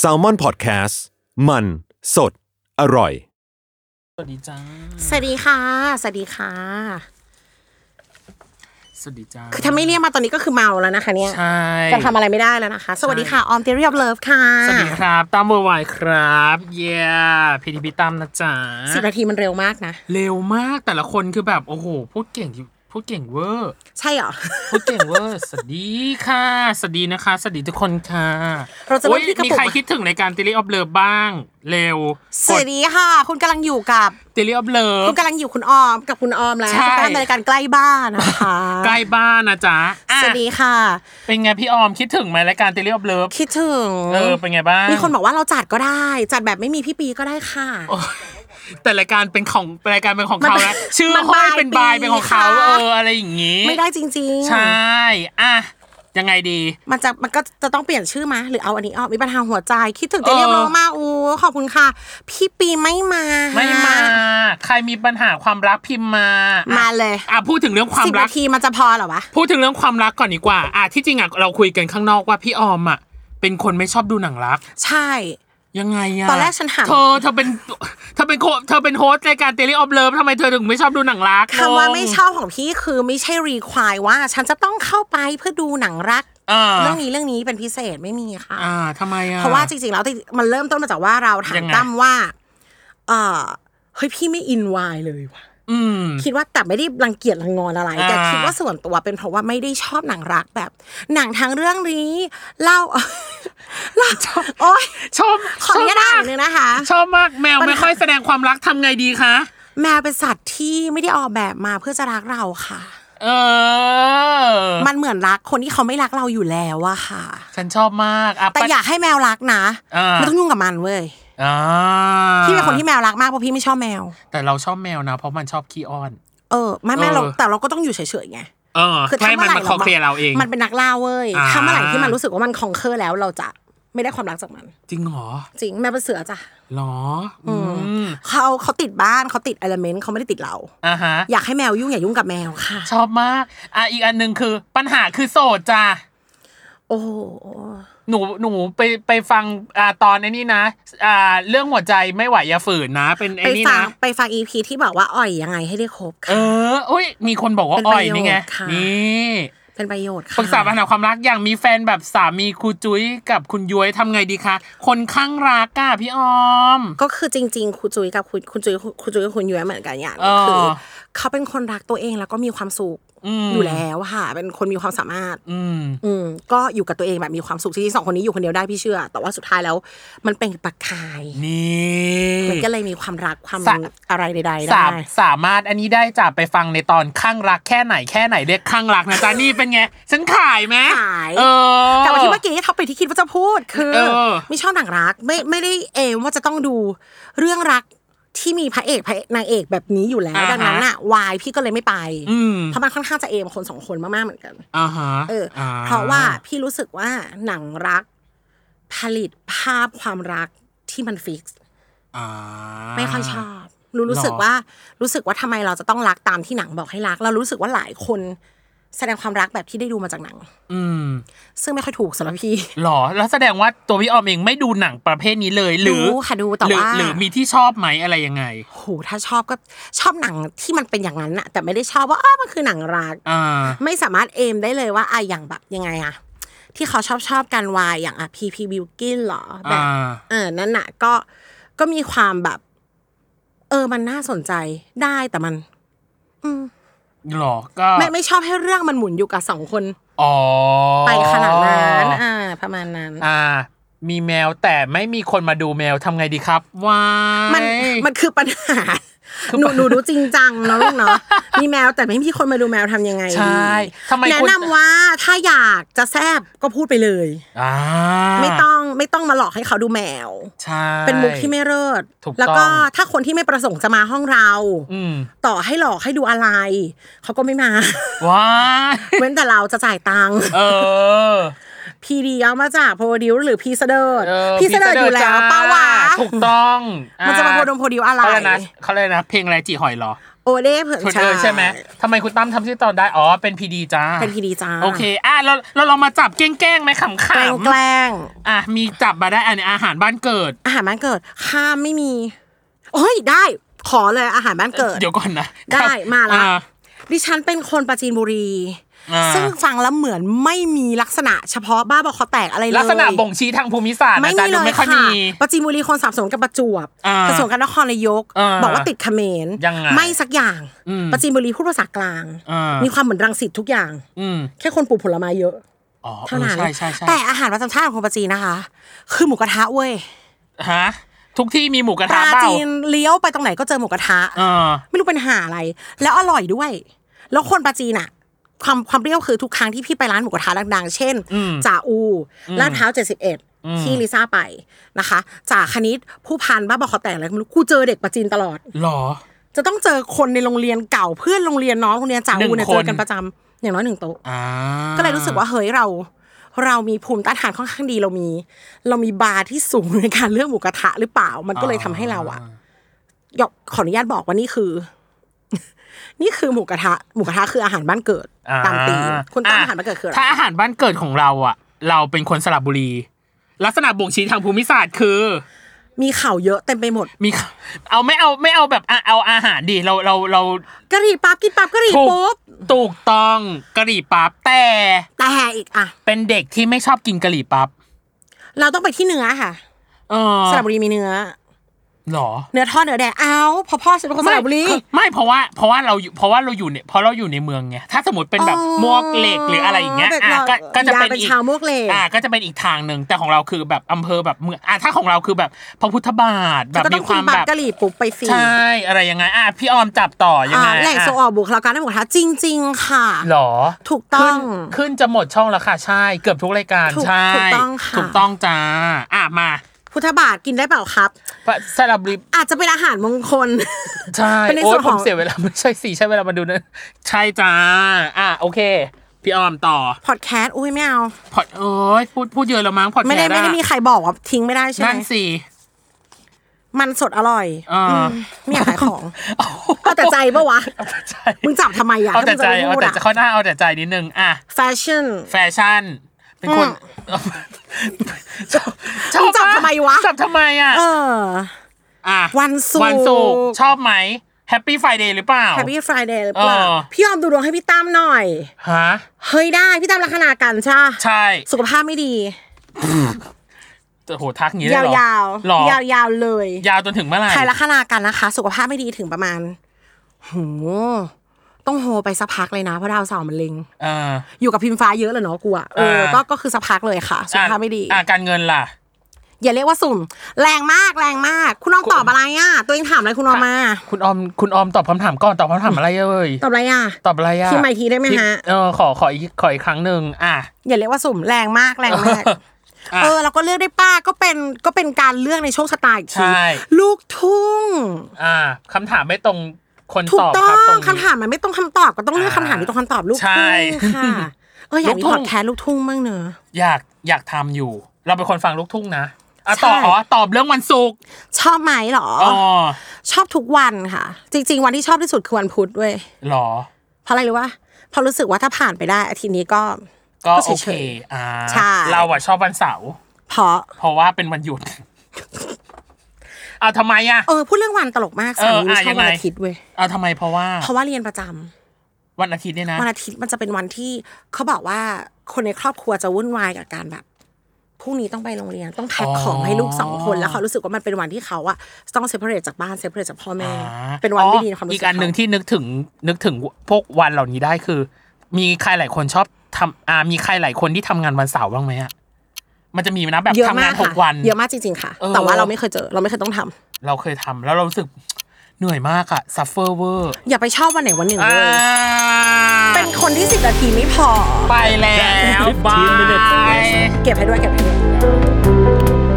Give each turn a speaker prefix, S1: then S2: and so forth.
S1: s a l ม o n PODCAST มันสดอร่อย
S2: สวัสดีจ้า
S3: สวัสดีค่ะ สวัสดีค่ะ
S2: สวัสดีจ้า
S3: คือถ้าไม่เรียกมาตอนนี้ก็คือเมาแล้วนะคะ เนี่ย
S2: ใช่
S3: จะทำอะไรไม่ได้แล้วนะคะ สวัสดีค่ะ ออมเทอรี่ออฟเลิฟค่ะ
S2: สวัสดีครับตั้มเบอร์ไวครับเย่พีทีพีตั้มนะจ๊ะ
S3: สิบนาทีมันเร็วมากนะ
S2: เร็วมากแต่ละคนคือแบบโอ้โหพูดเก่งที่พูดเก่งเวอร์
S3: ใช่เหรอ
S2: พูดเก่งเวอร์ สวัสดีค่ะสวัสดีนะคะสวัสดีทุกคนค่ะ
S3: เราจะเริ่ม
S2: โอ้ย
S3: ที่กระปุก
S2: มีใครคิดถึงในการติลิออฟเลิฟบ้าง เร็ว
S3: ส
S2: ก
S3: วั
S2: ด
S3: สดีค่ะ คุณกำลังอยู่กับ
S2: ติลิออฟเลิฟ
S3: คุณกำลังอยู่คุณออมกับคุณออมแล้ว
S2: ใช่
S3: คุณกำลังดำเนินการใกล้บ้านนะคะ
S2: ใกล้บ้านนะจ๊ะอ่ะ
S3: สวัสดีค่ะ
S2: เป็นไงพี่ออมคิดถึงไหมรายการติลิออฟเลิฟ
S3: คิดถึง
S2: เออเป็นไงบ้าง
S3: มีคนบอกว่าเราจัดก็ได้ จัดแบบไม่มีพี่ปีก็ได้ค่ะ
S2: โอ้ยแต่รายการเป็นของรายการเป็นของ
S3: มัน
S2: เขาแล้วชื่อ
S3: มัน
S2: ห้อย
S3: บาย
S2: เป็น
S3: ปี
S2: บายเป็นของเขา
S3: ค่ะ
S2: เอออะไรอย่างงี้
S3: ไม่ได้จริงๆ
S2: ใช่อ่ะยังไงดี
S3: มันจะมันก็จะต้องเปลี่ยนชื่อมาหรือเอาอันนี้ออกมีปัญหาหัวใจ คิดถึงเจ
S2: เออ
S3: เรียบร้อยมากโอ้ขอบคุณค่ะ พี่ปีไม่มา
S2: ไม่มา ใครมีปัญหาความรักพิมพ์มา
S3: มา
S2: มา
S3: เลย
S2: อ่ะพูดถึงเรื่องความ
S3: สิบ
S2: รัก
S3: นาทีมันจะพอเหรอวะ
S2: พูดถึงเรื่องความรักก่อนดีกว่าอ่ะที่จริงอ่ะเราคุยกันข้างนอกว่าพี่ออมอ่ะเป็นคนไม่ชอบดูหนังรัก
S3: ใช่
S2: ยังไงอ่ะ
S3: ตอนแรกฉันหัน
S2: เธอเธอเป็นเธอเป็นโคเธอเป็นโฮสต์รายการเตลิออฟเลิฟทำไมเธอถึงไม่ชอบดูหนังรัก
S3: คำว่าง
S2: ง
S3: ไม่ชอบของพี่คือไม่ใช่รีควายว่า ฉันจะต้องเข้าไปเพื่อดูหนังรัก
S2: อ่า
S3: เรื่องนี้เรื่องนี้เป็นพิเศษไม่มีค่ะ
S2: อ่าทำไมอ่ะ
S3: เพราะว่าจริงๆแล้วที่มันเริ่มต้นมาจากว่าเราถา
S2: ยั
S3: ม
S2: งไง
S3: ตั้มว่าเออเฮ้ยพี่ไม่อินวายเลยว่ะ
S2: อืม
S3: คิดว่าแต่ไม่ได้รังเกียจรังงอนอะไร
S2: อ่า
S3: แต่คิดว่าส่วนตัวเป็นเพราะว่าไม่ได้ชอบหนังรักแบบ หนังทางเรื่องนี้เล่า เล่า โอ๊ย
S2: ชอบ
S3: ขออนุญาต
S2: ชบม
S3: อ่าก นหนึ่งนะคะ
S2: ชอบมากแมว
S3: ปัญหา
S2: ไม่ค่อยแสดงความรักทำไงดีคะ
S3: แมวเป็นสัตว์ที่ไม่ได้ออกแบบมาเพื่อจะรักเราค่ะ
S2: เออ
S3: มันเหมือนรักคนที่เขาไม่รักเราอยู่แล้วอะค่ะ
S2: ฉันชอบมากอ่ะ
S3: แต่
S2: ปัด
S3: อยากให้แมวรักนะ
S2: อ่า
S3: ไม่ต้องยุ่งกับมันเว้ย
S2: อ่า
S3: พี่เป็นคนที่แมวรักมากเพราะพี่ไม่ชอบแมว
S2: แต่เราชอบแมวนะ เพราะมันชอบขี้อ้อน
S3: เออไม่ไม่
S2: เออ
S3: เราแต่เราก็ต้องอยู่เฉยๆไง
S2: เออให้มันมาคอเคลียร์เราเอง
S3: มันเป็นนักล่าเว้ย
S2: อ่า
S3: ถ้าเมื่อไหร่ที่มันรู้สึกว่ามันคองเคอร์แล้วเราจะไม่ได้ความรักจากมัน
S2: จริงเหรอ
S3: จริงแม่เป็นเสือจ้ะ
S2: หรอ อืม
S3: เขาเขาติดบ้านเขาติดเอลเมนต์เขาไม่ได้ติดเรา
S2: อ่าฮะ
S3: อยากให้แมวยุ่งอย่ายุ่งกับแมวค่ะ
S2: ชอบมากอ่ะอีกอันหนึ่งคือปัญหาคือโสดจ้ะ
S3: โอ้โห
S2: หนูหนูไปไปฟังอ่าตอนไอ้นี่นะอ่าเรื่องหัวใจไม่ไหวอย่าฝืนนะ เป็น
S3: ไป
S2: ไอ้นี่
S3: ฟัง
S2: นะ
S3: ไปฟังอีพีที่บอกว่าอ่อยยังไงให้ได้คบ
S2: เอ
S3: ค่ะ
S2: ออุ้ยมีคนบอกว่า
S3: เป็น
S2: อ่
S3: ป
S2: อย
S3: ระโยชน์
S2: นี่ไง
S3: ค่ะ
S2: นี่
S3: เป็นประโยชน์ค่ะ
S2: ปรึกษาปัญหาความรักอย่างมีแฟนแบบสามีครูจุ้ยกับคุณย้วยทำไงดีคะคนข้างรักอะพี่ออม
S3: ก็คือจริง ๆ คุณจุยกับคุณคุณจุยคุณจุยกับคุณยุ้ยเหมือนกันอย่างหนึ่ง
S2: เออ
S3: คือ เขาเป็นคนรักตัวเองแล้วก็มีความสุข
S2: ม
S3: อยู่แล้วค่ะ เป็นคนมีความสามารถ
S2: อืม
S3: อืมก็อยู่กับตัวเองแบบมีความสุขจริงๆสองคนนี้อยู่คนเดียวได้พี่เชื่อ แต่ว่าสุดท้ายแล้ว มันเป็นประกาย
S2: นี่
S3: มันก็เลยมีความรักความ
S2: สะ
S3: อะไรใดๆ
S2: สาม
S3: ได้
S2: สามารถอันนี้ได้จับไปฟังในตอนข้างรักแค่ไหนแค่ไหนเรียกข้างรักนะจ๊ะ นี่เป็นไง ฉันขายไหม
S3: ขาย
S2: เออ
S3: แต่ว่าที่เมื่อกี้ท็อปไปที่คิดว่าจะพูดคือ
S2: เออ
S3: ไม่ชอบหนังรักไม่ไม่ได้เอมว่าจะต้องดูเรื่องรักที่มีพระเอกพระเอกนางเอกแบบนี้อยู่แล้วดังนั้นอะวายพี่ก็เลยไม่ไป
S2: อืม
S3: เพราะมันค่อนข้างจะเอมคนสองคนมากๆเหมือนกัน
S2: อ่าฮะ
S3: เอออา เพราะว่าพี่รู้สึกว่าหนังรัก ผลิตภาพความรักที่มันฟิกซ์
S2: อ่า
S3: ไม่ค่อยชอบรู้รู้
S2: หรอ
S3: สึกว่ารู้สึกว่าทำไมเราจะต้องรักตามที่หนังบอกให้รัก เรารู้สึกว่าหลายคนแสดงความรักแบบที่ได้ดูมาจากหนัง
S2: อืม
S3: ซึ่งไม่ค่อยถูกสำหรับพี่
S2: หรอแล้วแสดงว่าตัวพี่ออมเองไม่ดูหนังประเภทนี้เลยหรื
S3: ดู
S2: อ
S3: ค่ะดูแต่
S2: หรือ
S3: ว่า
S2: หรือมีที่ชอบไหมอะไรยังไง
S3: โหถ้าชอบก็ชอบหนังที่มันเป็นอย่างนั้นน่ะ แต่ไม่ได้ชอบว่าอ้าวมันคือหนังรัก
S2: อ่า
S3: ไม่สามารถเอมได้เลยว่าอะอย่างแบบยังไงอะที่เขาชอบชอบกันวายอย่างอะพีพีบิวกินหรอแบบ
S2: อ่า
S3: เออนั่นน่ะก็ก็มีความแบบ เออมันน่าสนใจได้แต่มัน อืม
S2: หรอ ก็
S3: ไม่ไม่ชอบให้เรื่องมันหมุนอยู่กับสองคน
S2: อ๋อ
S3: ไปขนาดนั้นอ่า ประมาณนั้น
S2: อ่า มีแมวแต่ไม่มีคนมาดูแมวทำไงดีครับว้าย
S3: มันมันคือปัญหา หนูหนูรู้จริงจังเนอะลูกเนาะ มีแมวแต่ไม่มีคนมาดูแมวทำยังไงดี
S2: ใช่ทำไมคุณ
S3: แนะนำว่าถ้าอยากจะแซบก็พูดไปเลย
S2: อ่า
S3: ไม่ต้องไม่ต้องมาหลอกให้เขาดูแมว
S2: ใช่
S3: เป็นมุกที่ไม่เลิศ
S2: ถูกต้อง
S3: แล้วก็ถ้าคนที่ไม่ประสงค์จะมาห้องเรา
S2: อืม
S3: ต่อให้หลอกให้ดูอะไร เขาก็ไม่ มา
S2: ว้าย
S3: เว้นแต่เราจะจ่ายตังค์
S2: เออ
S3: พีดีเอามาจากโพดิวหรือพีเสดอร์
S2: เออ
S3: พีเสดอร์อยู่แล้ว
S2: จ้
S3: ป้าวะ
S2: ถูกต้อง
S3: มันจะมาโพดมโพดิวอะไร
S2: เขาเลยกนะเขาเลยกนะ เพลงอะไรจีหอยเหรอ
S3: โอเล่เผือก
S2: คุณ
S3: ชา
S2: เออใช่ไหมทำไมคุณตั้มทำที่อตอนได้ อ๋อ เป็นพีดีจ้า
S3: เป็นพีดีจ้า
S2: โอเค อ่ะ เรา เราลองมาจับแกล้งๆไหมขำ
S3: แกล้งแก
S2: ๆ
S3: ล้ง
S2: อ่ะ มีจับมาได้ อันนี้อาหารบ้านเกิด
S3: อาหารบ้านเกิด ข้ามไม่มีเฮ้ยได้ขอเลยอาหารบ้านเกิด
S2: เดี๋ยวก่อนนะ
S3: ได้มาละ
S2: อ่
S3: ดิฉันเป็นคนปราจีนบุรี
S2: อ่า
S3: ซึ่งฟังแล้วเหมือนไม่มีลักษณะเฉพาะบ้าบอคอแตกอะไรเลย
S2: ลักษณะบ่งชี้ทางภูมิศาสตร์
S3: ไม่
S2: นะจ๊ะ
S3: มี
S2: ดู
S3: เลย
S2: ไม่ค่อย
S3: ค่ะ
S2: มี
S3: ปราจีนบุรีคนสับสนกับประจวบ
S2: อ่า
S3: ผสมกับนครนายก
S2: อ่า
S3: บอกว่าติดเขมร
S2: ยังไง
S3: ไม่สักอย่าง
S2: อืม
S3: ปราจีนบุรีพูดภาษากลาง
S2: อ่ามี
S3: มีความเหมือนรังสิตทุกอย่าง
S2: อืม
S3: แค่คนปลูกผลไม้เยอะ
S2: อ๋อเอ
S3: เท่า
S2: อ
S3: นั้น
S2: ใช่ใช่ใช่
S3: แต่อาหารประจำชาติของคนปราจีนนะคะ คือหมูกระทะเว้ย
S2: ฮะ ทุกที่มีหมูกระ
S3: ป
S2: ทะ
S3: รา
S2: เปล่า
S3: จีนเลี้ยวไปตรงไหนก็เจอหมูกระทะ
S2: เออ
S3: ไม่รู้ปัญหาอะไร แล้วอร่อยด้วย แล้วคนปาจีนอะความความเปรี้ยวคือทุกครั้งที่พี่ไปร้านหมูกระทะดังๆ เช่น
S2: อืม
S3: จ่าอูลาดพร้าวเจ็ดสิบเอ็ดที่ลิซ่าไปนะคะจ่าคณิตผู้พันบ้าบอคอแตกอะไรก็ไม่รู้กูเจอเด็กปาจีนตลอด
S2: หรอ
S3: จะต้องเจอคนในโรงเรียนเก่าเพื่อนโรงเรียนน้องโรงเรียนจ่า
S2: หนึ่
S3: อู
S2: ง
S3: เนี่ย
S2: คน
S3: เจอกันประจำอย่างน้อยหนึ่งโต๊ะ
S2: อ่า
S3: ก็เลยรู้สึกว่าเฮ้ยเรา เรามีภูมิต้านทานค่อนข้างดีเรามี เรามีบาร์ที่สูงในการเลือกหมูกระทะหรือเปล่ามันก็เลยทำให้เราอะ ยกขออนุญาตบอกว่านี่คือ นี่คือหมูกระทะหมูกระทะคืออาหารบ้านเกิด
S2: อ่
S3: ตามตีมคุณตั้ม
S2: ะ
S3: อาหารบ้านเกิดคืออะไร
S2: ถ้าอาหารบ้านเกิดของเราอ่ะ เราเป็นคนสระบุรี ลักษณะบ่งชี้ทางภูมิศาสตร์คือ
S3: มีเข่าเยอะเต็มไปหมด
S2: มี เอาไม่เอาไม่เอาแบบอ่ะเอาอาหารดิเราเราเรา
S3: กะหรี่ปั๊บกินปั๊บกะหรี่
S2: ถูก
S3: ปุ๊บ
S2: ถูกต้องกะหรี่ปั๊บแต่
S3: แต่อีกอ่ะ
S2: เป็นเด็กที่ไม่ชอบกินกะหรี่ปั๊บ
S3: เราต้องไปที่เนื้อค่ะ
S2: เออ
S3: สระบุรีมีเนื้อ
S2: หรอ
S3: เนื้อทอดเนื้อแดงเอ้าวพอพ่อฉันเป็นคนสระบุรี
S2: ไม่ไม่เพราะว่าเพราะว่าเราอยู่เพราะว่าเราอยู่เนี่ยเพราะเราอยู่ในเมืองไงถ้าสมมติเป็นแบบ
S3: อ๋อ
S2: มวกเหล็กหรืออะไรอย่างเงี้ย
S3: แบบ
S2: อ่ะก็ก็จะ
S3: ยา
S2: เป็น
S3: เป็น
S2: อีก
S3: ชาวมวกเหล็ก
S2: อ่ะก็จะเป็นอีกทางหนึ่งแต่ของเราคือแบบอำเภอแบบเมืองอ่ะถ้าของเราคือแบบพระพุทธบาทแบบ
S3: ก็ต้
S2: มี
S3: อง
S2: ค
S3: กิ
S2: วาน ม
S3: ปั๊
S2: แบบ บ
S3: กะหรี่ปุ๊บไปฟรี
S2: ใช่ อะไรยังไงอ่ะพี่ออมจับต่อยังไง
S3: อ่าแหล่ง
S2: อ่ะ
S3: โซออกบุคลากรด้านหมูกระทะจริง ๆ ค่ะ
S2: หรอ
S3: ถูกต้
S2: ขึ้
S3: อง
S2: นขึ้นจะหมดช่องแล้วค่ะ ใช่ เกือบทุกรายการ
S3: ถูก
S2: ใช่
S3: ถูกต้องค่ะ
S2: ถูกต้องจ้าอ่ะมา
S3: พุทธบาทกินได้เปล่าครับ
S2: สลับริบ
S3: อาจจะเป็นอาหารมงคล
S2: ใช่
S3: เป็นใน
S2: โอ้
S3: ส่
S2: ย
S3: วน
S2: ผ
S3: ของ
S2: มเสียเวลา ไม่ใช่สี่ใช่เวลามาดูนะ ใช่จ้าอ่ะโอเค พี่ออมต่อ
S3: พอดแคสต์อุ้ยไม่เอา
S2: พอดเอ้ยพูดพูดเยอะแล้วมั้งพอด
S3: ไม่ได้
S2: แคสต์
S3: ไม่ได้มี
S2: อะ
S3: ใครบอกว่าทิ้งไม่ได้ใช่ไหม
S2: นั่นสิ
S3: มันสดอร่อย
S2: อ่า
S3: มไม่อยากขายของเอาแต่ใจปะวะ
S2: เอาแต่ใจ
S3: มึงจับทำไมอ่ะ
S2: เอาแต่ใจ
S3: ถ้
S2: เอา
S3: มึงะไม่พูด
S2: แต่
S3: อะ
S2: ใจข้อหน้าเอาแต่ใจนิดนึงอ่ะ
S3: แฟชั่น
S2: แฟชั่น เป็นคน ชอบชอบ
S3: จับ
S2: ป
S3: ทำไมวะ
S2: จับทำไมอ่ะ
S3: เออ
S2: อ่ะ
S3: วันศุกร์
S2: วันศุกร์ชอบไหมแฮปปี้ไฟเดย์หรือเปล่า
S3: แฮปปี้ฟรายเดย์หรือเปล่า
S2: เออ
S3: พี่ยอมดูดวงให้พี่ตั้มหน่อย
S2: ฮะ
S3: เฮ้ยได้ พี่ตั้มลักษณะกันใช่ปะ
S2: ใช่
S3: สุขภาพไม่ดี
S2: โอ้โหทักอย่างนี้เลยยว
S3: า
S2: เหรอย
S3: าว
S2: หรอย
S3: าวยาวๆเลย
S2: ยาวจนถึงเมื่อไหร่
S3: ใครลักษณะกันนะคะ สุขภาพไม่ดีถึงประมาณโหต้องโฮไปสักพักเลยนะเพราะดาวเสาร์มันเล็ง
S2: เออ
S3: อยู่กับพิมฟ้าเยอะเลยเนาะกูอะเออ
S2: อ่า
S3: ก็ก็คือสักพักเลยค่ะ สุขภาพไม่ดี
S2: อ่ะอ่ะการเงินล่ะ
S3: อย่าเรียกว่าสุ่ม แรงมากแรงมาก คุณออมตอบอะไรอ่ะ ตัวเองถามอะไรคุณออมมา
S2: คุณออมคุณออมตอบคำถามก่อนตอบคำถามอะไรเอ่ย
S3: ตอบอะไรอ่ะ
S2: ตอบอะไรอ่ะ
S3: พิมพ์ใหม่ทีได้ไหมฮะ
S2: พิพ์เออขอขออีกขออีกครั้งหนึ่งอ่ะ
S3: อย่าเรียกว่าสุ่มแรงมากแรงมาก
S2: อ่ะ
S3: เออเราก็เลือกได้ป้าก็เป็นก็เป็นการเลือกในโชคชะตาอีกที
S2: ใช่
S3: ลูกทุ่ง
S2: อ่ะคำถามไม่ตรงคน
S3: ถู
S2: ต
S3: ก
S2: อบ
S3: ต้อ
S2: ครับตรง งนี้
S3: คำถามมันไม่ต้องคำตอบก็ต้องเลือก
S2: อ่า
S3: คำถามที่ตรงคำตอบลูก
S2: ใช่
S3: ทุ่งค่ะเอออยากมี
S2: ลูกทุ่ง
S3: พอดแคสต์ลูกทุ่งมั่งเนอะ
S2: อยากอยากทำอยู่ เราเป็นคนฟังลูกทุ่งนะอ่ะ
S3: ใช่
S2: ต่ออ๋อตอบเรื่องวันศุกร์
S3: ชอบไหมเหรออ
S2: อ๋อ
S3: ชอบทุกวันค่ะ จริง ๆ วันที่ชอบที่สุดคือวันพุธเว้ย
S2: เหรอ
S3: เพราะอะไรรู้ว่าพอรู้สึกว่าถ้าผ่านไปได้อาทิตย์นี้ก็
S2: ก็
S3: ก็
S2: โอ
S3: เฉ
S2: เค
S3: ย
S2: อ่า
S3: ใช่
S2: เราอะชอบวันเสาร์
S3: เพราะ
S2: เพราะว่าเป็นวันหยุด เอาทำไมอะ
S3: เออพูดเรื่องวันตลกมากสามี
S2: เอออ่ะ
S3: ชอบ
S2: ยั
S3: วั
S2: งไง
S3: นอาทิตย์เว้ย
S2: เอาทำไมเพราะว่า
S3: เพราะว่าเรียนประจำ
S2: วันอาทิตย์เนี่ยนะ
S3: วันอาทิตย์มันจะเป็นวันที่เขาบอกว่าคนในครอบครัวจะวุ่นวายกับการแบบพรุ่งนี้ต้องไปโรงเรียนต้องแพ็คของให้ลูกสองคนแล้วเขารู้สึกว่ามันเป็นวันที่เขาอะต้องเซ p เ r a t e จากบ้านเซ p เ r a t e จากพ่อแม่
S2: อ่า
S3: เป็นวัน
S2: อ๋อ
S3: ไม่ดีในความรู้สึก
S2: อีกอันหนึ่ง
S3: เขา
S2: ที่นึกถึงนึกถึงพวกวันเหล่านี้ได้คือ มีใครหลายคนชอบทำอ่ามีใครหลายคนที่ทำงานวันเสาร์บ้างไหมอะมันจะมีนะแบบ
S3: เยอะมาง
S2: ทำาก นห
S3: ค่ะ
S2: กวัน
S3: เยอะมากจริงๆค่ะ
S2: เออ
S3: แต่ว่าเราไม่เคยเจอเราไม่เคยต้องทำ
S2: เราเคยทำแล้วเรารู้สึกเหนื่อยมากอะซัฟเฟอร์เวอร์
S3: อย่าไปชอบวันไหนวันหนึ่งเลยเป็นคนที่สิบนาทีไม่พอ
S2: ไปแล้ว บาย
S1: 15 minutes away
S3: เก็บให้ด้วยเก็บให้ด้วย
S1: Podcast